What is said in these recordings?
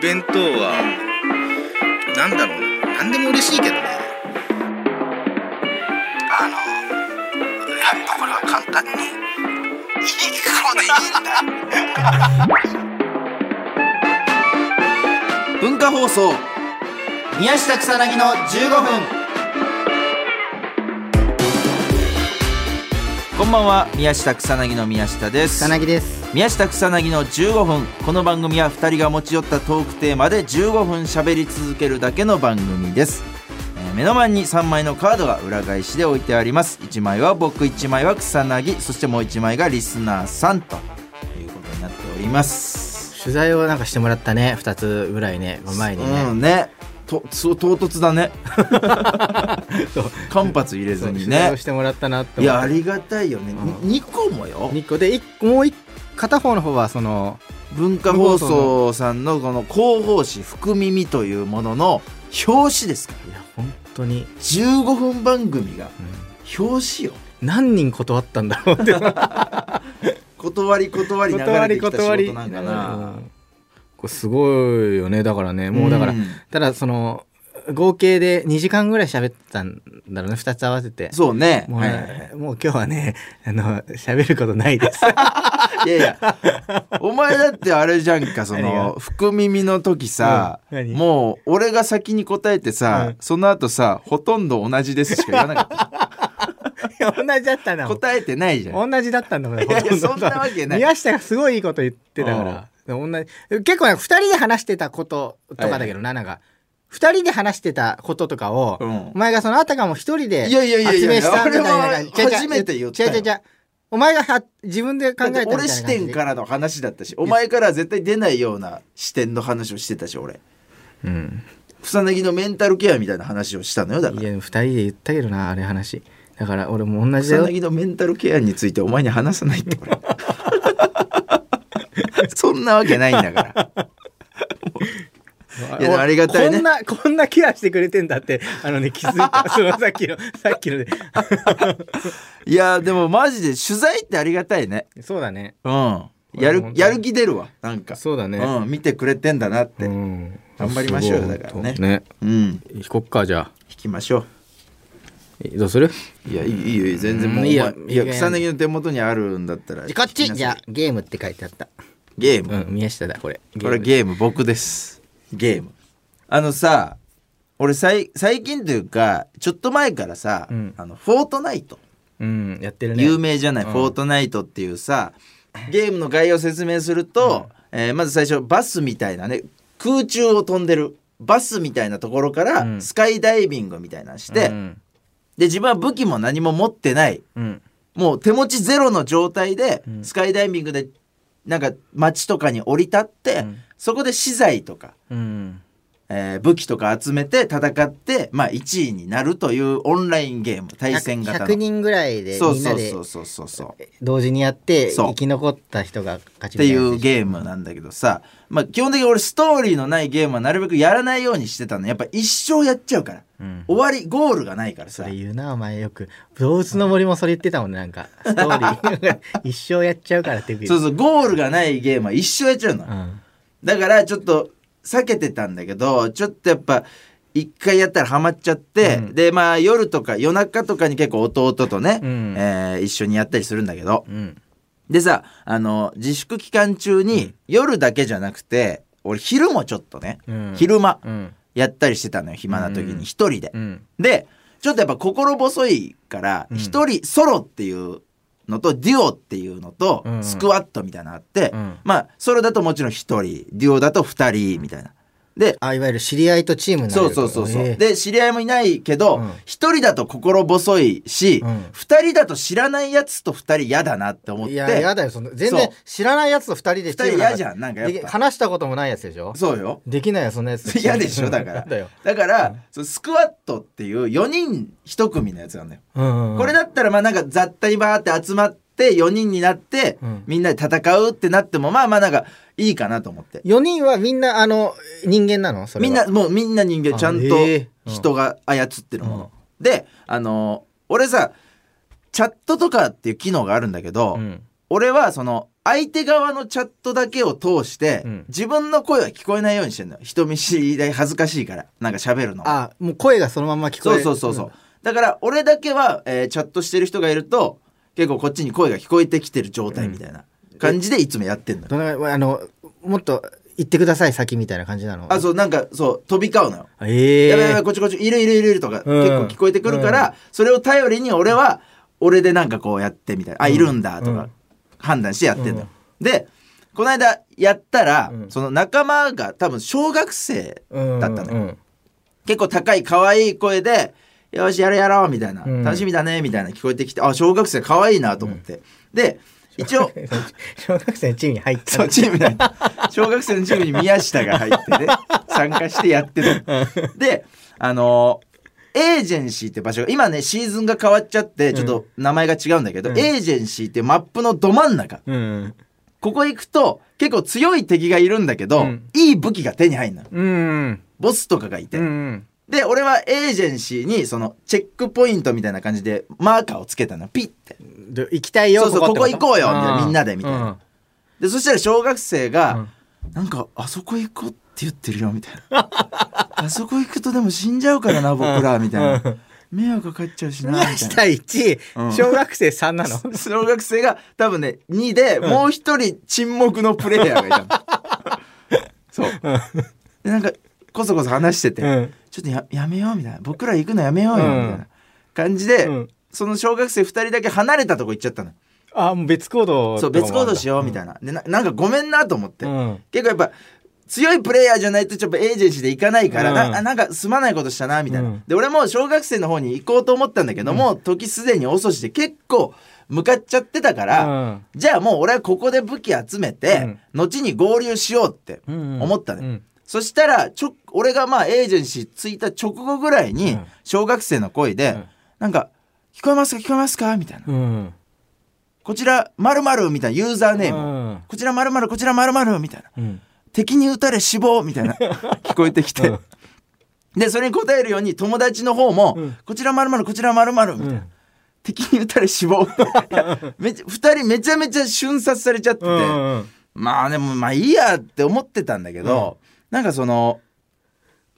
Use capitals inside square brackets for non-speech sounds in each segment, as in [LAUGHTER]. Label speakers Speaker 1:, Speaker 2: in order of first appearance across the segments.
Speaker 1: 弁当はなんだろうな何でも嬉しいけどね
Speaker 2: あのやっぱこれは簡単にいい子でいいんだ
Speaker 3: 文化放送宮下草薙の15分こんばんは宮下草薙の宮下です
Speaker 4: 草薙です
Speaker 3: 宮下草薙の15分この番組は2人が持ち寄ったトークテーマで15分喋り続けるだけの番組です、えー目の前に3枚のカードが裏返しで置いてあります1枚は僕1枚は草薙そしてもう1枚がリスナーさんということになっております
Speaker 4: 取材をなんかしてもらったね2つぐらいね前に
Speaker 3: う
Speaker 4: ね、
Speaker 3: んねとそう唐突だね [LAUGHS]
Speaker 4: そう
Speaker 3: 間髪入れず
Speaker 4: そう取
Speaker 3: に
Speaker 4: 材を
Speaker 3: ね
Speaker 4: してもらったなって
Speaker 3: い
Speaker 4: 思
Speaker 3: や
Speaker 4: っ
Speaker 3: あ
Speaker 4: て
Speaker 3: りがたいよね、
Speaker 4: う
Speaker 3: に2個もよ
Speaker 4: 2個で一個もう一片方の方はその
Speaker 3: 文化放送さんのこの広報誌「福耳」というものの表紙ですから
Speaker 4: いや本当に、
Speaker 3: 15分番組が
Speaker 4: うん
Speaker 3: 表紙よ
Speaker 4: 何人断ったんだろう
Speaker 3: [LAUGHS]
Speaker 4: って
Speaker 3: 断り断り流れてきた仕事なんか
Speaker 4: う
Speaker 3: なん
Speaker 4: これすごいよねだからねもうだから、
Speaker 3: ん
Speaker 4: ただその合計で2時間ぐらい喋ったんだろうね2つ合わせて
Speaker 3: そうね
Speaker 4: もうね、
Speaker 3: はいはいは
Speaker 4: もう今日はねあの喋ることないです
Speaker 3: [LAUGHS] いいやいや
Speaker 4: [LAUGHS]
Speaker 3: お前だってあれじゃんかそ
Speaker 4: 何
Speaker 3: の福耳の時さ、
Speaker 4: うん何
Speaker 3: もう俺が先に答えてさ、
Speaker 4: うん
Speaker 3: その後さほとんど同じですしか言わなか
Speaker 4: [LAUGHS]
Speaker 3: っ
Speaker 4: 同じだった
Speaker 3: た
Speaker 4: な
Speaker 3: 答えてないじゃん
Speaker 4: 同じだったんだもんね
Speaker 3: いやいや
Speaker 4: ほとど
Speaker 3: そんなわけない
Speaker 4: 宮下がすごいいいこと言ってたから同じ結構なんか2人で話してたこととかだけどななんか2人で話してたこととかを、
Speaker 3: うん
Speaker 4: お前がそのあたかも1人で
Speaker 3: いやいやいやいや
Speaker 4: 発明したみたいな感じ
Speaker 3: 俺は初めて言ったよ
Speaker 4: 違う違う違うお前がは自分で考えたみたいな、
Speaker 3: 俺視点かららの話だったしお前からは絶対出ないような視点の話をしてたし俺
Speaker 4: うん、
Speaker 3: 草薙のメンタルケアみたいな話をしたのよだから
Speaker 4: いや2人で言ったけどなあれ話だから俺も同じだ
Speaker 3: 草
Speaker 4: よ
Speaker 3: 薙のメンタルケアについてお前に話さないって俺 [LAUGHS] そんなわけないんだからいやでもありがたいね
Speaker 4: こんなこんなケアしてくれてんだってあのね気づい
Speaker 3: [LAUGHS]
Speaker 4: たそのさっきのさっきので
Speaker 3: いやでもマジで取材ってありがたいね
Speaker 4: そうだね
Speaker 3: うんや
Speaker 4: これ本当
Speaker 3: る
Speaker 4: に
Speaker 3: やる気出るわなんか
Speaker 4: そうだね、
Speaker 3: うん、見てくれてんだなってうん、
Speaker 4: ん
Speaker 3: 頑張りましょうよ
Speaker 4: すごい
Speaker 3: だからね
Speaker 4: ね
Speaker 3: 弾
Speaker 4: 引こっかじゃ
Speaker 3: きましょ
Speaker 4: あどうする
Speaker 3: ういやいいいいよいいよ全然もう
Speaker 4: うん
Speaker 3: お前
Speaker 4: い
Speaker 3: い
Speaker 4: や
Speaker 3: や
Speaker 4: いや
Speaker 3: 草薙の手元にあるんだったら
Speaker 4: こっち
Speaker 3: 聞きなさい
Speaker 4: じゃあゲームって書いてあった
Speaker 3: ゲーム
Speaker 4: うん宮下だこれ
Speaker 3: これゲーム僕ですゲームあのさ俺さい最近というかちょっと前からさ、
Speaker 4: うん
Speaker 3: あのフォートナイト
Speaker 4: うんやってるね
Speaker 3: 有名じゃない、
Speaker 4: うん
Speaker 3: フォートナイトっていうさゲームの概要を説明すると、えーまず最初バスみたいなね空中を飛んでるバスみたいなところか
Speaker 4: うん
Speaker 3: らスカイダイビングみたいなのして、
Speaker 4: うん
Speaker 3: で自分は武器も何も持ってない
Speaker 4: うん
Speaker 3: もう手持ちゼロの状態で
Speaker 4: うん
Speaker 3: スカイダイビングでなんか街とかに降り立って、
Speaker 4: うん
Speaker 3: そこで資材とか、
Speaker 4: うん
Speaker 3: えー武器とか集めて戦って、まあ、1位になるというオンラインゲーム対戦型の
Speaker 4: 100人ぐらいで
Speaker 3: そう
Speaker 4: みんな
Speaker 3: そう
Speaker 4: で
Speaker 3: そうそうそうそう
Speaker 4: 同時にやって
Speaker 3: そう
Speaker 4: 生き残った人が勝ち
Speaker 3: ってい
Speaker 4: みたな
Speaker 3: うゲームなんだけどさ、まあ、基本的に俺ストーリーのないゲームはなるべくやらないようにしてたのやっぱ一生やっちゃうから
Speaker 4: うん
Speaker 3: 終わりゴールがないから
Speaker 4: そ
Speaker 3: さ
Speaker 4: れ言うなお前よく動物の森もそれ言ってたもんねなんかストー
Speaker 3: [LAUGHS]
Speaker 4: リー一生やっちゃうからって
Speaker 3: そう
Speaker 4: う
Speaker 3: そうゴールがないゲームは一生やっちゃうの、
Speaker 4: ん
Speaker 3: だからちょっと避けてたんだけどちょっとやっぱ一回やったらハマっちゃって、
Speaker 4: うん
Speaker 3: でまあ夜とか夜中とかに結構弟とね、
Speaker 4: うん
Speaker 3: えー一緒にやったりするんだけど
Speaker 4: うん
Speaker 3: でさあの自粛期間中に夜だけじゃなくて俺昼もちょっとね、
Speaker 4: うん
Speaker 3: 昼間
Speaker 4: うん
Speaker 3: やったりしてたのよ暇な時
Speaker 4: うん
Speaker 3: に一人で、
Speaker 4: うん
Speaker 3: でちょっとやっぱ心細いから
Speaker 4: うん
Speaker 3: 一人ソロっていうのとデュオっていうのと
Speaker 4: うん
Speaker 3: スクワットみたいなのあって、
Speaker 4: うん
Speaker 3: まあソロだともちろん一人デュオだと二人みたいなで
Speaker 4: あいわゆる知り合いとチームになれ
Speaker 3: そ
Speaker 4: る
Speaker 3: うそうそうそう、
Speaker 4: ええ
Speaker 3: で知り合いもいないけど
Speaker 4: うん
Speaker 3: 一、人だと心細いし
Speaker 4: うん
Speaker 3: 二、人だと知らないやつと二人嫌だなって思って
Speaker 4: いややだよその全
Speaker 3: そ
Speaker 4: 然
Speaker 3: う
Speaker 4: 知らないやつと二人で
Speaker 3: 二人嫌じゃんなんか
Speaker 4: で
Speaker 3: やっ
Speaker 4: き
Speaker 3: ぱ
Speaker 4: 話したこともないやつでしょ
Speaker 3: そうよ
Speaker 4: できないよそんなやつ
Speaker 3: [LAUGHS] 嫌でしょだか
Speaker 4: だよ
Speaker 3: らだから、そのスクワットっていう4人1組のやつなんだよ
Speaker 4: うんうん
Speaker 3: これだったらまあなんか雑多にバーって集まって4人になって
Speaker 4: うん
Speaker 3: みんなで戦うってなってもまあまあなんかいいかなと思って
Speaker 4: 4人はみんなあの人間なのそれ
Speaker 3: み
Speaker 4: は
Speaker 3: んなもうみんな人間ちゃん
Speaker 4: あへえう
Speaker 3: と
Speaker 4: ん
Speaker 3: 人が操ってるものであのー俺さチャットとかっていう機能があるんだけど
Speaker 4: うん
Speaker 3: 俺はその相手側のチャットだけを通して、
Speaker 4: うん
Speaker 3: 自分の声は聞こえないようにしてんのよ人見知りで恥ずかしいからなんか喋るの
Speaker 4: あもう声がそのまま聞
Speaker 3: そう
Speaker 4: こえる
Speaker 3: そうそうそう、だから俺だけは、えーチャットしてる人がいると結構こっちに声が聞こえてきてる状態みたいな感じでいつもやってんのよ、
Speaker 4: どのあのもっと言ってください先みたいな感じなの
Speaker 3: あそうなんかそう飛び交うのよ
Speaker 4: ええ
Speaker 3: やばいやばいこっちこっちいるいるいるいるとか、
Speaker 4: うん
Speaker 3: 結構聞こえてくるから、それを頼りに俺は俺でなんかこうやってみたいな、あいるんだと
Speaker 4: う
Speaker 3: か判断してやってんのよ、でこの間やったら、
Speaker 4: うん
Speaker 3: その仲間が多分小学生
Speaker 4: うん
Speaker 3: だったのよ、
Speaker 4: うん
Speaker 3: 結構高い可愛い声で「よしやろうやろう」みたいな、
Speaker 4: うん
Speaker 3: 楽しみだね」みたいな聞こえてきてあ小学生可愛いなと思って、で一
Speaker 4: [LAUGHS]
Speaker 3: 応
Speaker 4: [LAUGHS] 小学生のチームに入った
Speaker 3: そうチームだった小学生のチームに宮下が入ってね参加してやってたであのエージェンシーって場所が今ねシーズンが変わっちゃってちょっと名前が違うんだけど、
Speaker 4: うん
Speaker 3: エージェンシーってマップのど真ん中
Speaker 4: うん
Speaker 3: ここ行くと結構強い敵がいるんだけど、
Speaker 4: うん
Speaker 3: いい武器が手に入るの
Speaker 4: うん
Speaker 3: ボスとかがいて、
Speaker 4: うん
Speaker 3: で俺はエージェンシーにそのチェックポイントみたいな感じでマーカーをつけたのピッて
Speaker 4: で行きたいよ
Speaker 3: そうそう
Speaker 4: ってと
Speaker 3: ここ行こうよみたいなみんなでみたいなでそしたら小学生
Speaker 4: う
Speaker 3: が
Speaker 4: ん
Speaker 3: 「なんかあそこ行こう」って言ってるよみたいな [LAUGHS] 「あそこ行くとでも死んじゃうからな僕ら」みたいな「迷惑かかっちゃうしな」みた
Speaker 4: 宮
Speaker 3: い
Speaker 4: 下
Speaker 3: な。
Speaker 4: 1
Speaker 3: うん
Speaker 4: 小学生3なの
Speaker 3: 小学生が多分ね2でもう一人沈黙のプレイヤーがいたの [LAUGHS] そうでなんかこそこそ話してて、
Speaker 4: うん
Speaker 3: ちょっとややめようみたいな僕ら行くのやめようよみ
Speaker 4: うん
Speaker 3: たいな感じで、
Speaker 4: うん
Speaker 3: その小学生2人だけ離れたとこ行っちゃったの
Speaker 4: あもう別行動
Speaker 3: そう別行動しようみ
Speaker 4: い
Speaker 3: たいな,、でななんかごめんなと思って、
Speaker 4: うん
Speaker 3: 結構やっぱ強いプレイヤーじゃないとちょっとエージェンシーで行かないから、
Speaker 4: うん
Speaker 3: なあなんかすまないことしたなみたいな、
Speaker 4: うん
Speaker 3: で俺も小学生の方に行こうと思ったんだけども、時すでに遅しで結構向かっちゃってたから、
Speaker 4: うん
Speaker 3: じゃあもう俺はここで武器集めて、後に合流しようって思ったね、
Speaker 4: うん
Speaker 3: そしたらちょ俺がまあエージェンシー着いた直後ぐらいに
Speaker 4: うん
Speaker 3: 小学生の声で、
Speaker 4: うん
Speaker 3: なんか「聞こえますか聞こえますか?」みたいな、
Speaker 4: うん
Speaker 3: こちら〇〇みたいなユーザーネームを、
Speaker 4: うん
Speaker 3: こちら〇〇こちら〇〇みたいな
Speaker 4: うん
Speaker 3: 敵に撃たれ死亡みた
Speaker 4: [LAUGHS]
Speaker 3: いな聞こえてきて、
Speaker 4: うん
Speaker 3: でそれに答えるように友達の方も、
Speaker 4: うん
Speaker 3: こちら〇〇こちら〇〇みたいな、
Speaker 4: うん
Speaker 3: 敵に撃たれ死
Speaker 4: [LAUGHS]
Speaker 3: 亡いやめちゃ二人めちゃめちゃ瞬殺されちゃってて、
Speaker 4: うん
Speaker 3: まあ [LAUGHS] でもまあいいやって思ってたんだけど、なんかその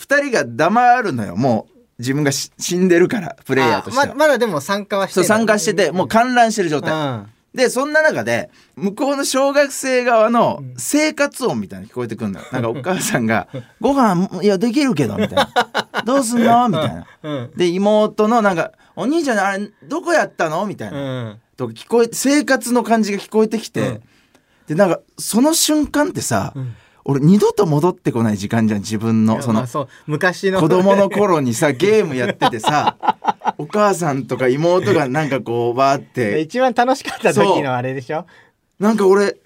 Speaker 3: 2人が黙るのよもう自分がし死んでるからプレイヤーとしては、
Speaker 4: あままだでも参加はして
Speaker 3: そう
Speaker 4: る
Speaker 3: 参加しててもう観覧してる状
Speaker 4: う
Speaker 3: 態、
Speaker 4: ん
Speaker 3: でそんな中で向こうの小学生側の生活音みたいなの聞こえてくる
Speaker 4: [LAUGHS]
Speaker 3: のよなんかお母さんが「ご飯いやできるけど」みたいな
Speaker 4: [LAUGHS]
Speaker 3: 「どうすんの?」みたいな
Speaker 4: うん
Speaker 3: で妹のなんか「お兄ちゃんあれどこやったの?」みたいな、
Speaker 4: うん
Speaker 3: とか聞こえ生活の感じが聞こえてきて、
Speaker 4: うん
Speaker 3: でなんかその瞬間ってさ、
Speaker 4: ん
Speaker 3: 俺二度と戻ってこない時間じゃん自分のそ
Speaker 4: ま
Speaker 3: の
Speaker 4: あそう昔の
Speaker 3: 子供の頃にさゲームやっててさお母さんとか妹がなんかこうバーっ
Speaker 4: で
Speaker 3: て
Speaker 4: [LAUGHS] 一番楽しかった時のあれでしょ
Speaker 3: なんか俺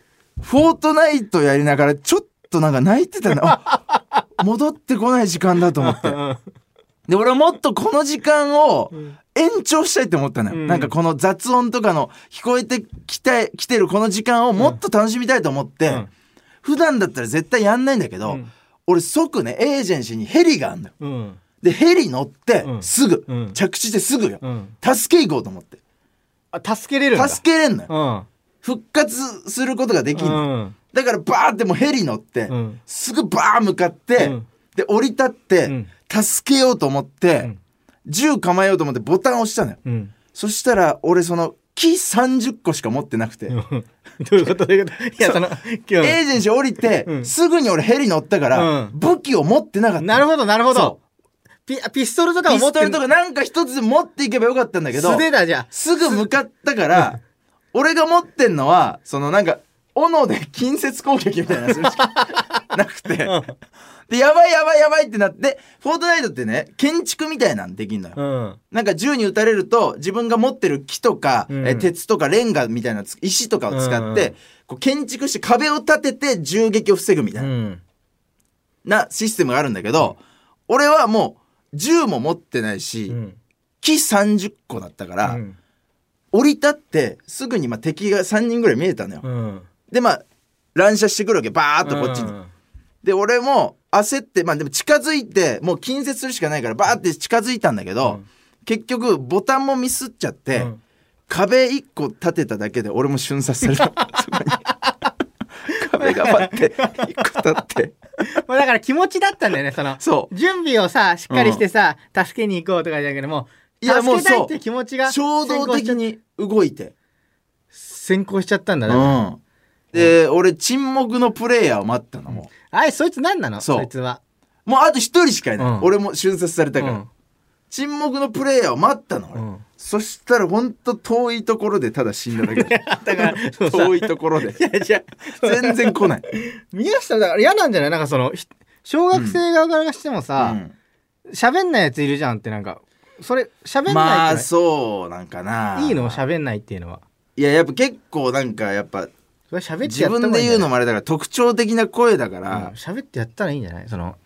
Speaker 3: フォートナイトやりながらちょっとなんか [LAUGHS] 泣いてたのあ戻ってこない時間だと思ってで俺はもっとこの時間を延長したいって思ったのよ、
Speaker 4: うん
Speaker 3: なんかこの雑音とかの聞こえてきてきてるこの時間をもっと楽しみたいと思って、
Speaker 4: うん
Speaker 3: 普段だったら絶対やんないんだけど、
Speaker 4: うん
Speaker 3: 俺即ねエージェンシーにヘリがあんのよ
Speaker 4: うん
Speaker 3: でヘリ乗って
Speaker 4: うん
Speaker 3: すぐ、
Speaker 4: うん
Speaker 3: 着地してすぐよ、
Speaker 4: うん
Speaker 3: 助け行こうと思って
Speaker 4: あ助けれるんだ
Speaker 3: 助けれんのよ、
Speaker 4: うん
Speaker 3: 復活することができん
Speaker 4: う
Speaker 3: の、
Speaker 4: ん
Speaker 3: だからバーってもうヘリ乗って、
Speaker 4: うん
Speaker 3: すぐバー向かって、
Speaker 4: うん
Speaker 3: で降り立って、
Speaker 4: うん
Speaker 3: 助けようと思って、
Speaker 4: ん
Speaker 3: 銃構えようと思ってボタン押したのよ、
Speaker 4: うん
Speaker 3: そしたら俺その木30個しか持ってなくて、エー
Speaker 4: うんどういうことどういうこといやその今日
Speaker 3: ジェンシー降りて、
Speaker 4: うん
Speaker 3: すぐに俺ヘリ乗ったから、
Speaker 4: うん
Speaker 3: 武器を持ってなかった
Speaker 4: なるほどなるほど
Speaker 3: そ
Speaker 4: ピピストルとかを
Speaker 3: ピ
Speaker 4: 持っ
Speaker 3: ス
Speaker 4: て
Speaker 3: トルとかなんか一つで持っていけばよかったんだけど
Speaker 4: 素手だじゃあ
Speaker 3: すぐ向かったから俺が持ってんのはそのなんか斧で近接攻撃みたいなのす
Speaker 4: [LAUGHS]
Speaker 3: るしかなくてでやばいやばいやばいってなってフォートナイトってね建築みたいなんできんのよ、
Speaker 4: うん
Speaker 3: なんか銃に撃たれると自分が持ってる木とか、
Speaker 4: うん
Speaker 3: え鉄とかレンガみたいなつ石とかを使
Speaker 4: うんう
Speaker 3: っ
Speaker 4: ん
Speaker 3: て、こう建築して壁を立てて銃撃を防ぐみた
Speaker 4: う
Speaker 3: いな,、
Speaker 4: ん
Speaker 3: なシステムがあるんだけど俺はもう銃も持ってないし、
Speaker 4: うん
Speaker 3: 木30個だったから、
Speaker 4: うん
Speaker 3: 降り立ってすぐにまあ敵が3人ぐらい見えたのよ。
Speaker 4: うん
Speaker 3: でまあ乱射してくるわけバーっとこっちに。で俺も焦ってまあでも近づいてもう近接するしかないからバーって近づいたんだけど、結局ボタンもミスっちゃって、
Speaker 4: うん [LAUGHS]
Speaker 3: [LAUGHS] 壁1個立てただけで俺も瞬殺されたそこに頑張って一個取って
Speaker 4: もうだから気持ちだったんだよねその
Speaker 3: そう
Speaker 4: 準備をさしっかりしてさ、助けに行こうとかじゃなくてもう
Speaker 3: いやも
Speaker 4: 助
Speaker 3: う
Speaker 4: けたいっ
Speaker 3: そう
Speaker 4: て気持ちが
Speaker 3: 衝動的に動いて
Speaker 4: 先行しちゃったんだ
Speaker 3: う
Speaker 4: ね、
Speaker 3: んで、俺沈黙のプレイヤーを待ったのも
Speaker 4: あいそいつ何なの
Speaker 3: そ
Speaker 4: そういつは、
Speaker 3: うもうあと一人しかいない、
Speaker 4: うん
Speaker 3: 俺も瞬殺された
Speaker 4: う
Speaker 3: から、
Speaker 4: ん
Speaker 3: 沈黙のプレイヤーを待ったの俺、
Speaker 4: うん
Speaker 3: そしたらほんと遠いところでただ死んだだけ
Speaker 4: [LAUGHS] だからそうさ
Speaker 3: 遠いところで
Speaker 4: いやじゃ
Speaker 3: 全然来ない、
Speaker 4: 宮下だから嫌なんじゃないなんかそのひ小学生側からしても
Speaker 3: う
Speaker 4: さ
Speaker 3: ん
Speaker 4: 喋、ん、ないやついるじゃんってなんかそれ喋ん
Speaker 3: ま
Speaker 4: ない
Speaker 3: あ
Speaker 4: って
Speaker 3: そうなんかない
Speaker 4: いの喋んないっていうのはい
Speaker 3: ややっぱ結構なんかやっぱ
Speaker 4: それ喋って
Speaker 3: 自
Speaker 4: やった
Speaker 3: 分
Speaker 4: 方が
Speaker 3: で
Speaker 4: いいん
Speaker 3: 言
Speaker 4: じ
Speaker 3: うの
Speaker 4: ゃない
Speaker 3: もあれだから特徴的な声だか
Speaker 4: うん
Speaker 3: ら、
Speaker 4: 喋ってやったらいいんじゃないその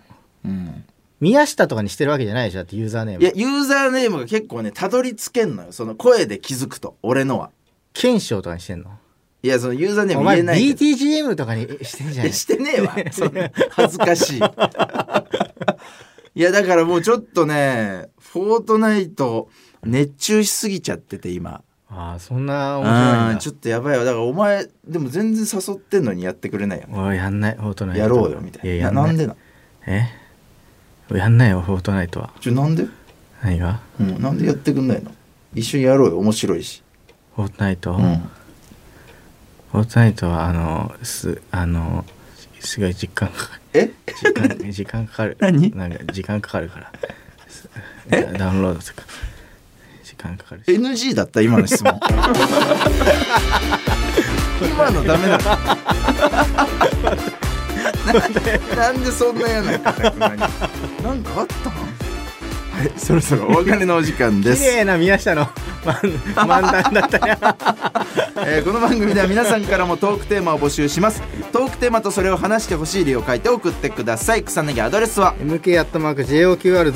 Speaker 3: うん
Speaker 4: 宮下とかにしてるわけじゃないでしょだってユーザーネー
Speaker 3: いや
Speaker 4: ム
Speaker 3: ユーザーネームが結構ねたどり着けんのよその声で気づくと俺のは
Speaker 4: 賢秀とかにしてんの
Speaker 3: いやそのユーザーネー
Speaker 4: お
Speaker 3: ム言
Speaker 4: 前
Speaker 3: えないけど
Speaker 4: BTGM とかにしてんじ
Speaker 3: い
Speaker 4: ゃな
Speaker 3: や
Speaker 4: い
Speaker 3: してねえわそんな恥ずかしいいやだからもうちょっとねフォートナイト熱中しすぎちゃってて今
Speaker 4: ああそんな面白い
Speaker 3: うんん
Speaker 4: だ
Speaker 3: ちょっとやばいわだからお前でも全然誘ってんのにやってくれないよね
Speaker 4: おいやんないフォートナイト
Speaker 3: やろうよみたいない
Speaker 4: や
Speaker 3: や
Speaker 4: やんな
Speaker 3: ないんでな
Speaker 4: えやんないよフォートナイトは
Speaker 3: ちょなんで
Speaker 4: 何が
Speaker 3: うん、なんでやってくんないの一緒にやろうよ面白いし、
Speaker 4: フォートナイト、
Speaker 3: うん、
Speaker 4: フォートナイトはあのすあのすごい時間かか
Speaker 3: え
Speaker 4: る時間時間かかる
Speaker 3: 何
Speaker 4: なんか時間かかるからすダウンロードとか時間かかるし
Speaker 3: NG だった今の質問今のダメだったななんでそんな嫌な方になんかあったのはいそろそろお別れのお時間で
Speaker 4: 綺
Speaker 3: す
Speaker 4: 麗な宮下の漫漫談だったね
Speaker 3: えーこの番組では皆さんからもトークテーマを募集しますトークテーマとそれを話してほしい理由を書いて送ってください草薙アドレスは
Speaker 4: mk.joqr.net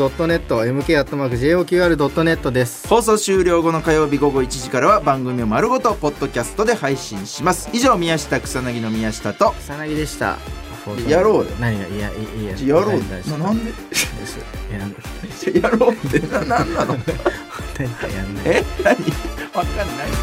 Speaker 4: mk.joqr.net です
Speaker 3: 放送終了後の火曜日午後1時からは番組を丸ごとポッドキャストで配信します以上宮下草薙の宮下と
Speaker 4: 草薙でした
Speaker 3: やろうよ
Speaker 4: 何がいやいいや大丈夫
Speaker 3: で
Speaker 4: ですいやなんか
Speaker 3: やろうってななんなの
Speaker 4: 大丈夫やんない
Speaker 3: え何わかんない